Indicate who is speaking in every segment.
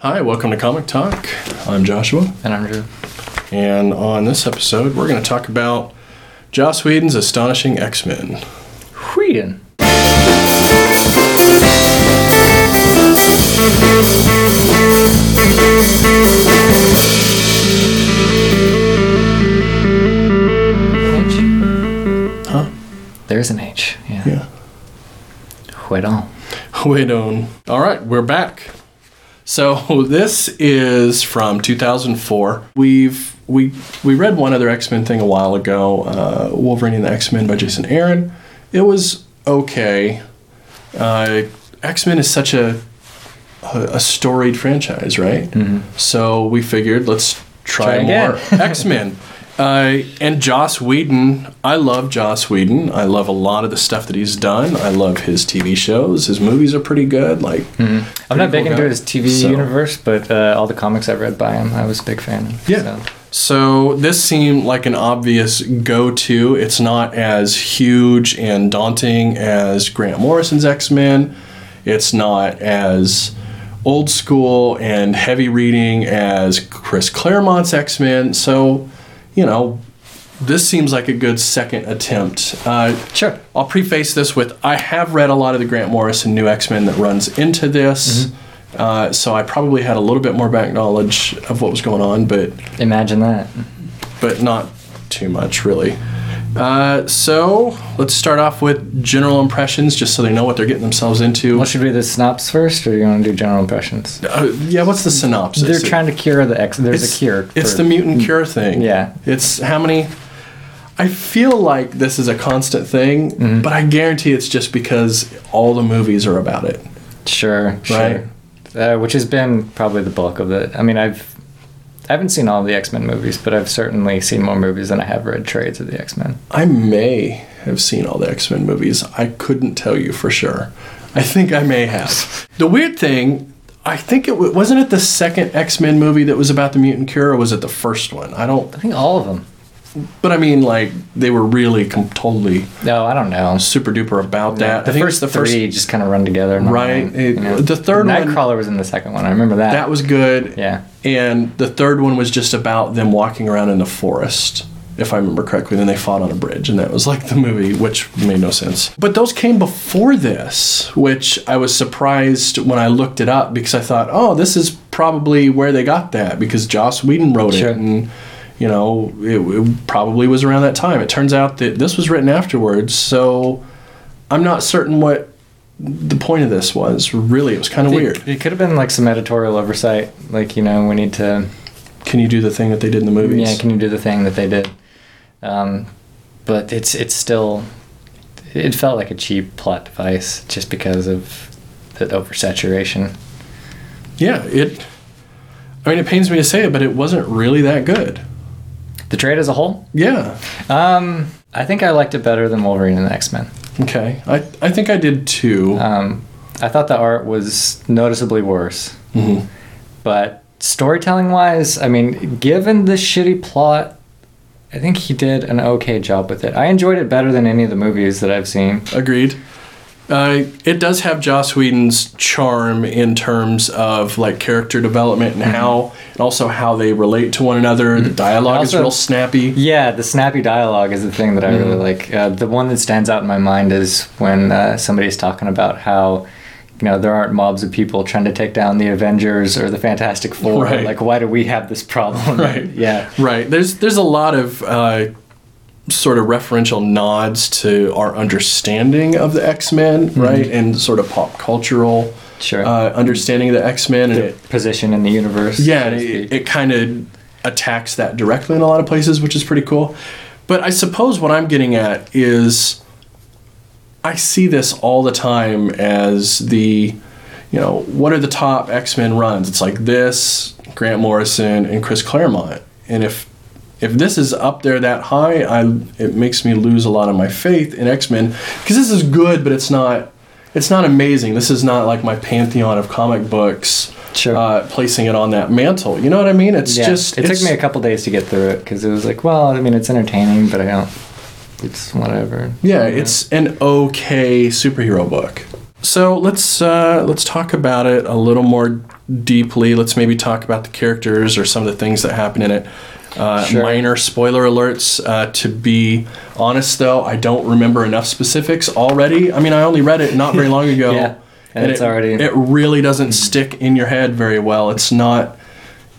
Speaker 1: Hi, welcome to Comic Talk. I'm Joshua,
Speaker 2: And I'm Drew.
Speaker 1: and on this episode, we're going to talk about Joss Whedon's astonishing X Men.
Speaker 2: Whedon. H.
Speaker 1: Huh?
Speaker 2: There's an H. Yeah.
Speaker 1: Yeah.
Speaker 2: Whedon.
Speaker 1: Wait on. All right, we're back. So this is from 2004. We've we we read one other X Men thing a while ago, uh, Wolverine and the X Men by Jason Aaron. It was okay. Uh, X Men is such a, a a storied franchise, right? So we figured let's try,
Speaker 2: Mm-hmm. Try again.
Speaker 1: more X Men. Uh, and Joss Whedon, I love Joss Whedon. I love a lot of the stuff that he's done. I love his TV shows. His movies are pretty good. Like,
Speaker 2: I'm not big
Speaker 1: cool
Speaker 2: into
Speaker 1: guy.
Speaker 2: his TV
Speaker 1: So-
Speaker 2: universe, but uh, all the comics I read by him, I was a big fan. of,
Speaker 1: Yeah.
Speaker 2: so.
Speaker 1: So this seemed like an obvious go-to. It's not as huge and daunting as Grant Morrison's X-Men. It's not as old school and heavy reading as Chris Claremont's X-Men. So, you know, this seems like a good second attempt. Uh,
Speaker 2: Sure.
Speaker 1: I'll preface this with I have read a lot of the Grant Morrison New X Men that runs into this, uh, so I probably had a little bit more back knowledge of what was going on, but
Speaker 2: Imagine that.
Speaker 1: but not too much really. Uh, so let's start off with general impressions, just so they know what they're getting themselves into.
Speaker 2: Well, should we do the synopsis first, or do you want to do general impressions?
Speaker 1: Uh, yeah, what's the synopsis?
Speaker 2: They're trying to cure the X. There's
Speaker 1: It's-
Speaker 2: a cure.
Speaker 1: It's
Speaker 2: for-
Speaker 1: the mutant cure thing.
Speaker 2: Yeah.
Speaker 1: It's how many. I feel like this is a constant thing,
Speaker 2: Mm-hmm.
Speaker 1: but I guarantee it's just because all the movies are about it.
Speaker 2: Sure,
Speaker 1: Right.
Speaker 2: sure. Uh, which has been probably the bulk of the. I mean, I've I haven't seen all the X Men movies, but I've certainly seen more movies than I have read trades of the X Men.
Speaker 1: I may have seen all the X Men movies. I couldn't tell you for sure. I think I may have. The weird thing, I think it w- wasn't it the second X Men movie that was about the mutant cure, or was it the first one? I don't.
Speaker 2: I think all of them.
Speaker 1: But I mean, like they were really com- totally
Speaker 2: No, I don't know.
Speaker 1: super duper about that.
Speaker 2: the
Speaker 1: I think
Speaker 2: first three just kind of run together. in my
Speaker 1: Right,
Speaker 2: mind,
Speaker 1: it- the third one-
Speaker 2: Nightcrawler was in the second one. I remember that.
Speaker 1: that was good.
Speaker 2: yeah.
Speaker 1: And the third one was just about them walking around in the forest, if I remember correctly. Then they fought on a bridge, and that was like the movie, which made no sense. But those came before this, which I was surprised when I looked it up because I thought, oh, this is probably where they got that because Joss Whedon wrote
Speaker 2: Sure.
Speaker 1: it. And, you know, it, it probably was around that time. It turns out that this was written afterwards, so I'm not certain what the point of this was. Really, it was kind of weird.
Speaker 2: It, it could have been like some editorial oversight. Like you know, we need to.
Speaker 1: Can you do the thing that they did in the movies?
Speaker 2: Yeah, can you do the thing that they did? Um, but it's it's still it felt like a cheap plot device just because of the oversaturation.
Speaker 1: yeah, it. I mean, it pains me to say it, but it wasn't really that good.
Speaker 2: The trade as a whole,
Speaker 1: Yeah.
Speaker 2: um, I think I liked it better than Wolverine and the X Men.
Speaker 1: Okay. I I think I did too.
Speaker 2: Um, I thought the art was noticeably worse, but storytelling wise, I mean, given the shitty plot. I think he did an okay job with it. I enjoyed it better than any of the movies that I've seen.
Speaker 1: Agreed. Uh, it does have Joss Whedon's charm in terms of like character development
Speaker 2: Mm-hmm.
Speaker 1: and how, and also how they relate to one another. The dialogue is
Speaker 2: Also-
Speaker 1: real snappy.
Speaker 2: Yeah, the snappy dialogue is the thing that I really
Speaker 1: Mm-hmm.
Speaker 2: like. Uh, the one that stands out in my mind is when uh, somebody's talking about how, you know, there aren't mobs of people trying to take down the Avengers or the Fantastic Four.
Speaker 1: Right.
Speaker 2: Like, why do we have this problem?
Speaker 1: Right.
Speaker 2: Yeah.
Speaker 1: Right. There's there's a lot of uh, sort of referential nods to our understanding of the X Men,
Speaker 2: Mm-hmm.
Speaker 1: right, and sort of pop cultural
Speaker 2: Sure.
Speaker 1: uh, understanding of the X Men, and it
Speaker 2: Position in the universe.
Speaker 1: Yeah,
Speaker 2: so
Speaker 1: and
Speaker 2: to
Speaker 1: it,
Speaker 2: speak.
Speaker 1: it kind of attacks that directly in a lot of places, which is pretty cool. But I suppose what I'm getting at is I see this all the time as the, you know, what are the top X Men runs? It's like this, Grant Morrison, and Chris Claremont. And if if this is up there that high, I it makes me lose a lot of my faith in X Men because this is good, but it's not it's not amazing. This is not like my pantheon of comic books
Speaker 2: Sure.
Speaker 1: uh, placing it on that mantle. You know what I mean? It's
Speaker 2: Yeah,
Speaker 1: just
Speaker 2: it
Speaker 1: it's-
Speaker 2: took me a couple days to get through it because it was like, well, I mean, it's entertaining, but I don't. It's whatever.
Speaker 1: yeah, it's an okay superhero book. So let's uh, let's talk about it a little more deeply. Let's maybe talk about the characters or some of the things that happen in it. Uh,
Speaker 2: Sure.
Speaker 1: Minor spoiler alerts. Uh, to be honest, though, I don't remember enough specifics already. I mean, I only read it not very long ago,
Speaker 2: Yeah, and it's
Speaker 1: it,
Speaker 2: already-
Speaker 1: it really doesn't stick in your head very well. It's not,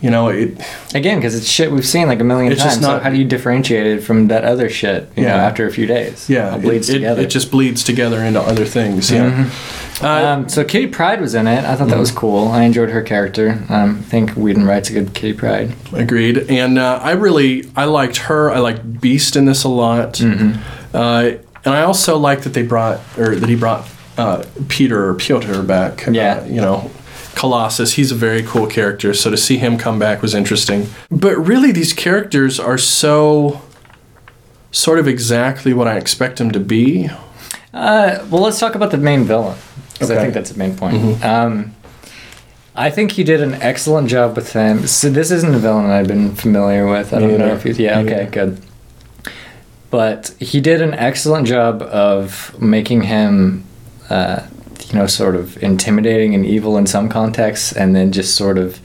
Speaker 1: you know, it.
Speaker 2: Again, because it's shit we've seen like a million
Speaker 1: It's
Speaker 2: times.
Speaker 1: just
Speaker 2: so
Speaker 1: not-
Speaker 2: how do you differentiate it from that other shit? You
Speaker 1: Yeah.
Speaker 2: know, after a few days,
Speaker 1: Yeah,
Speaker 2: it all bleeds
Speaker 1: it,
Speaker 2: together. Mm-hmm.
Speaker 1: It, just bleeds together into other things. Yeah. Uh,
Speaker 2: um, so Kitty Pride was in it. I thought that
Speaker 1: Mm-hmm.
Speaker 2: was cool. I enjoyed her character. Um, I think Whedon writes a good Kitty Pride.
Speaker 1: Agreed. And uh, I really I liked her. I liked Beast in this a lot. Uh, and I also liked that they brought or that he brought uh, Peter or Piotr back.
Speaker 2: Yeah.
Speaker 1: Uh, you know, Colossus. He's a very cool character. So to see him come back was interesting. But really, these characters are so sort of exactly what I expect them to be.
Speaker 2: Uh, well, let's talk about the main villain because I
Speaker 1: Okay. Mm-hmm.
Speaker 2: think that's the main point. Um, I think he did an excellent job with him. So this isn't a villain I've been familiar with. I
Speaker 1: Me
Speaker 2: don't know
Speaker 1: neither.
Speaker 2: if he's yeah
Speaker 1: Me
Speaker 2: okay good. But he did an excellent job of making him, uh, you know, sort of intimidating and evil in some contexts, and then just sort of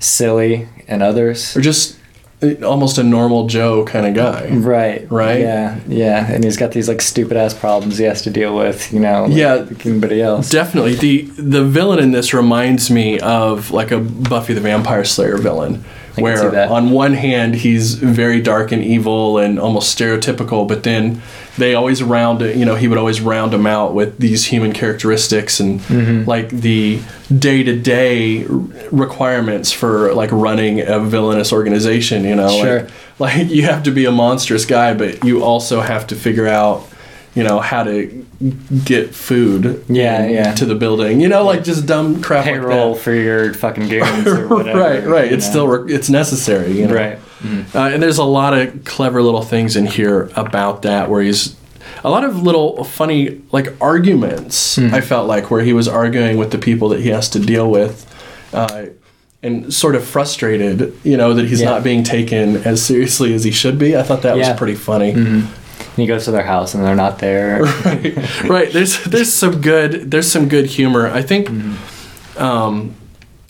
Speaker 2: silly in others.
Speaker 1: Or just uh, almost a normal Joe kind of guy.
Speaker 2: Right.
Speaker 1: Right?
Speaker 2: Yeah. Yeah. And he's got these like stupid ass problems he has to deal with. You know. like
Speaker 1: Yeah.
Speaker 2: Anybody else.
Speaker 1: Definitely the the villain in this reminds me of like a Buffy the Vampire Slayer villain,
Speaker 2: can see
Speaker 1: where
Speaker 2: that.
Speaker 1: on one hand he's very dark and evil and almost stereotypical, but then they always round it. You know, he would always round them out with these human characteristics and
Speaker 2: Mm-hmm.
Speaker 1: like the day to day requirements for like running a villainous organization. You know, like-
Speaker 2: Sure.
Speaker 1: like, you have to be a monstrous guy, but you also have to figure out. You know how to get food
Speaker 2: Yeah,
Speaker 1: in-
Speaker 2: yeah.
Speaker 1: to the building. You know, like just dumb crap
Speaker 2: payroll
Speaker 1: like
Speaker 2: for your fucking goons or
Speaker 1: that.
Speaker 2: whatever.
Speaker 1: Right, right.
Speaker 2: you
Speaker 1: It's
Speaker 2: know?
Speaker 1: still re- it's necessary. You know?
Speaker 2: right.
Speaker 1: Uh, and there's a lot of clever little things in here about that where he's a lot of little funny like arguments. I felt like where he was arguing with the people that he has to deal with. Uh, and sort of frustrated, you know, that he's
Speaker 2: Yeah.
Speaker 1: not being taken as seriously as he should be. I thought that
Speaker 2: Yeah.
Speaker 1: was pretty funny.
Speaker 2: He goes to their house and they're not there.
Speaker 1: right right there's there's some good there's some good humor i think um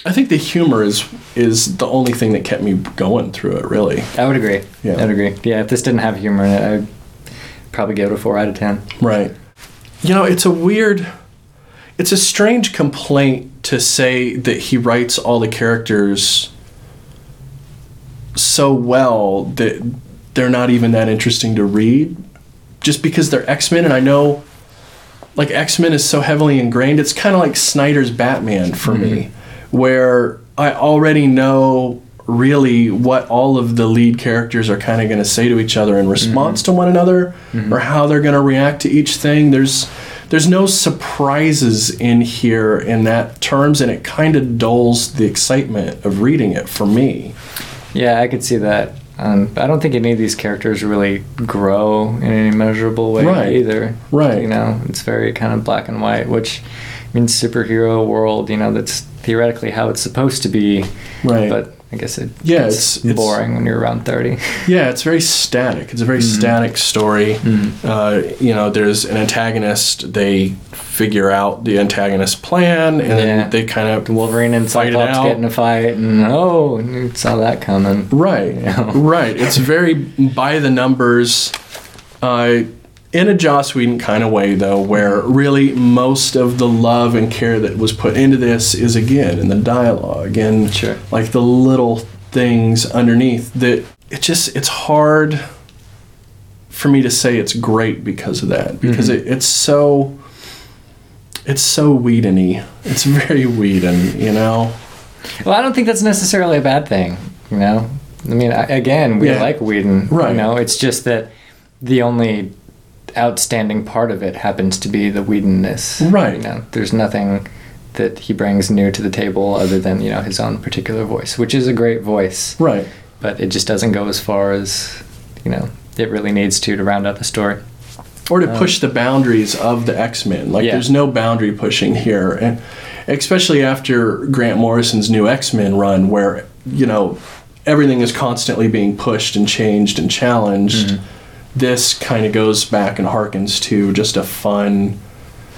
Speaker 1: i think the humor is is the only thing that kept me going through it really
Speaker 2: I would agree.
Speaker 1: Yeah.
Speaker 2: I would agree. Yeah, if this didn't have humor in it, I'd probably give it a four out of ten.
Speaker 1: right you know it's a weird it's a strange complaint to say that he writes all the characters so well that they're not even that interesting to read just because they're x-men and i know like x-men is so heavily ingrained it's kind of like snyder's batman for me where i already know really what all of the lead characters are kind of going to say to each other in response to one another or how they're going to react to each thing there's there's no surprises in here in that terms and it kind of dulls the excitement of reading it for me
Speaker 2: Yeah, I could see that. Um, I don't think any of these characters really grow in any measurable way
Speaker 1: Right.
Speaker 2: either.
Speaker 1: Right.
Speaker 2: You know, it's very kind of black and white, which I mean, superhero world, you know, that's theoretically how it's supposed to be.
Speaker 1: Right.
Speaker 2: But I guess it,
Speaker 1: Yeah, it's-
Speaker 2: it's,
Speaker 1: it's-
Speaker 2: boring when you're around 30.
Speaker 1: Yeah, it's very static. It's a very static story. Uh, you know, there's an antagonist. They figure out the antagonist plan, and
Speaker 2: Yeah.
Speaker 1: then they kind of
Speaker 2: Wolverine and
Speaker 1: Fight it
Speaker 2: Cyclops
Speaker 1: out.
Speaker 2: get in a fight, and oh, and saw that coming.
Speaker 1: Right, right. It's very by the numbers, uh, in a Joss Whedon kind of way, though, where really most of the love and care that was put into this is again in the dialogue and
Speaker 2: Sure.
Speaker 1: like the little things underneath that it just it's hard for me to say it's great because of that because it, it's so it's so Whedon-y. It's very Whedon, you know.
Speaker 2: Well, I don't think that's necessarily a bad thing, you know. I mean, I, again, we
Speaker 1: Yeah.
Speaker 2: like Whedon,
Speaker 1: Right.
Speaker 2: You know, it's just that the only outstanding part of it happens to be the Whedonness,
Speaker 1: Right.
Speaker 2: You know, there's nothing that he brings new to the table other than you know his own particular voice, which is a great voice,
Speaker 1: Right.
Speaker 2: but it just doesn't go as far as you know it really needs to to round out the story.
Speaker 1: or to push the boundaries of the X Men. Like
Speaker 2: Yeah.
Speaker 1: there's no boundary pushing here, and especially after Grant Morrison's new X Men run, where you know everything is constantly being pushed and changed and Mm-hmm. challenged. This kind of goes back and harkens to just a fun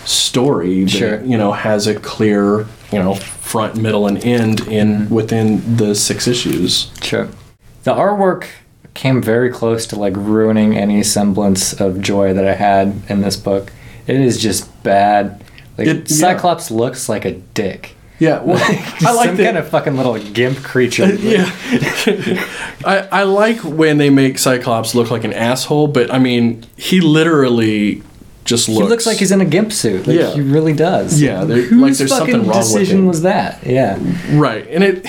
Speaker 1: story that
Speaker 2: Sure.
Speaker 1: you know has a clear you know front, middle, and end in within the six issues.
Speaker 2: Sure. The artwork came very close to like ruining any semblance of joy that I had in this book. It is just bad. Like
Speaker 1: It- yeah.
Speaker 2: Cyclops looks like a dick.
Speaker 1: Yeah, well, I like
Speaker 2: some
Speaker 1: that.
Speaker 2: kind of fucking little gimp creature.
Speaker 1: yeah, I I like when they make Cyclops look like an asshole, but I mean he literally just
Speaker 2: He
Speaker 1: looks.
Speaker 2: looks like he's in a gimp suit. Like,
Speaker 1: Yeah.
Speaker 2: He really does.
Speaker 1: Yeah, there- like,
Speaker 2: Whose
Speaker 1: there's
Speaker 2: fucking
Speaker 1: something wrong with
Speaker 2: decision
Speaker 1: him.
Speaker 2: was that? Yeah.
Speaker 1: right, and it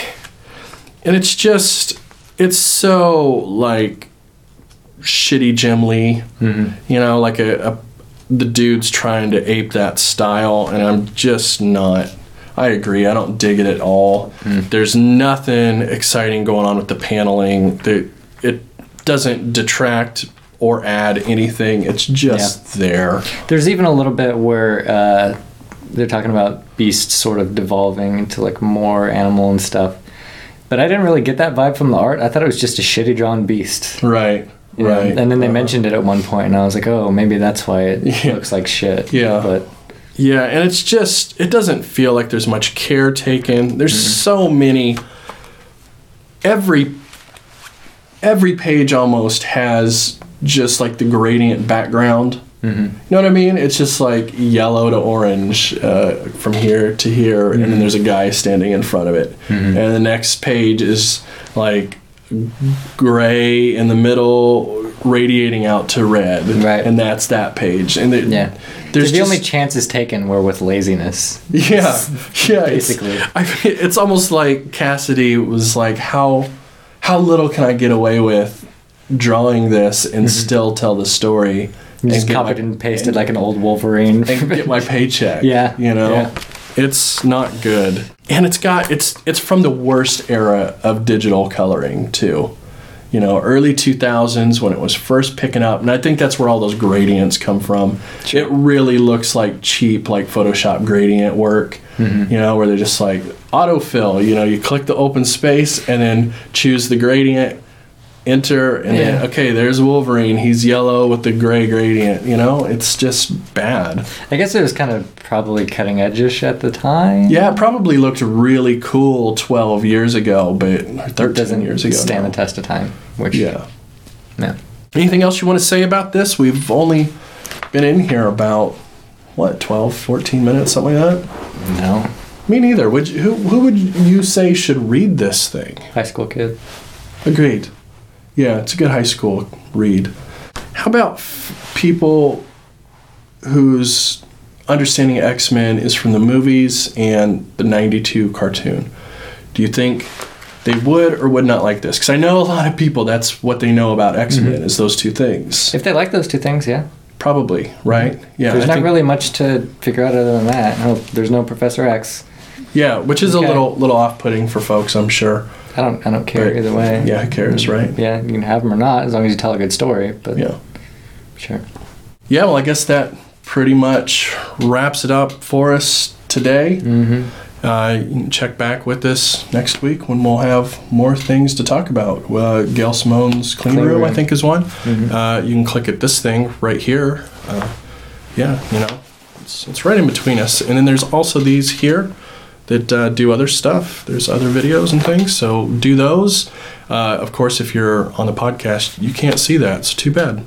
Speaker 1: and it's just it's so like shitty Jim Lee, you know, like a, a the dude's trying to ape that style, and I'm just not. I agree. I don't dig it at all. There's nothing exciting going on with the paneling. The, it doesn't detract or add anything. It's just there.
Speaker 2: There's even a little bit where uh, they're talking about Beast sort of devolving into like more animal and stuff. But I didn't really get that vibe from the art. I thought it was just a shitty drawn beast.
Speaker 1: Right.
Speaker 2: you know?
Speaker 1: Right. Uh-huh.
Speaker 2: And then they mentioned it at one point, and I was like, oh, maybe that's why it
Speaker 1: Yeah.
Speaker 2: looks like shit.
Speaker 1: Yeah.
Speaker 2: But
Speaker 1: Yeah, and it's just it doesn't feel like there's much care taken. There's so many every every page almost has just like the gradient background. You
Speaker 2: mm-hmm.
Speaker 1: know what I mean? It's just like yellow to orange uh, from here to here, and
Speaker 2: Mm-hmm.
Speaker 1: then there's a guy standing in front of it. And the next page is like gray in the middle, radiating out to red.
Speaker 2: Right.
Speaker 1: And that's that page. And it-
Speaker 2: yeah.
Speaker 1: there's
Speaker 2: the
Speaker 1: just,
Speaker 2: only chances taken were with laziness.
Speaker 1: yeah, yeah. it's-
Speaker 2: Basically.
Speaker 1: I mean, it's almost like Cassidy was like, "How, how little can I get away with drawing this and still tell the story
Speaker 2: Mm-hmm. Just
Speaker 1: get
Speaker 2: copied
Speaker 1: my-
Speaker 2: and pasted like an old Wolverine.
Speaker 1: and get my paycheck?"
Speaker 2: Yeah,
Speaker 1: you know,
Speaker 2: yeah.
Speaker 1: it's not good, and it's got it's it's from the worst era of digital coloring too. You know, early 2000s when it was first picking up, and I think that's where all those gradients come from. It really looks like cheap, like Photoshop gradient work.
Speaker 2: Mm-hmm.
Speaker 1: You know, where they're just like autofill. You know, you click the open space and then choose the gradient, enter, and then
Speaker 2: Yeah.
Speaker 1: okay, there's Wolverine. He's yellow with the gray gradient. You know, it's just bad.
Speaker 2: I guess it was kind of probably cutting edge-ish at the time.
Speaker 1: Yeah, it probably looked really cool 12 years ago, but 13
Speaker 2: doesn't
Speaker 1: years ago.
Speaker 2: stand
Speaker 1: now.
Speaker 2: the test of time. Which
Speaker 1: Yeah.
Speaker 2: yeah.
Speaker 1: Anything else you want to say about this? We've only been in here about, what, 12, 14 minutes, something like that?
Speaker 2: no
Speaker 1: Me neither. Would you, who, who would you say should read this thing?
Speaker 2: high school kid.
Speaker 1: Agreed. Yeah, it's a good high school read. How about f- people whose understanding of X Men is from the movies and the 92 cartoon? Do you think they would or would not like this? Because I know a lot of people, that's what they know about X Men
Speaker 2: Mm-hmm.
Speaker 1: is those two things.
Speaker 2: If they like those two things, yeah.
Speaker 1: Probably, right? Yeah.
Speaker 2: there's
Speaker 1: I
Speaker 2: not
Speaker 1: think-
Speaker 2: really much to figure out other than that. No, there's no Professor X.
Speaker 1: Yeah, which is
Speaker 2: Okay.
Speaker 1: a little little off putting for folks, I'm sure.
Speaker 2: I don't. I don't care
Speaker 1: But,
Speaker 2: either way. Mm-hmm.
Speaker 1: Yeah, who cares, right?
Speaker 2: Yeah, you can have them or not, as long as you tell a good story. But
Speaker 1: Yeah.
Speaker 2: sure.
Speaker 1: Yeah, well, I guess that pretty much wraps it up for us today. Mm-hmm. Uh, you can check back with us next week when we'll have more things to talk about. Uh, Gail Simone's Clean,
Speaker 2: Clean
Speaker 1: room, I
Speaker 2: Room.
Speaker 1: think, is one. Uh, you can click at this thing right here. Uh, yeah, you know, it's, it's right in between us. And then there's also these here that uh, do other stuff. There's other videos and things, so do those. Uh, of course, if you're on the podcast, you can't see that. It's too bad.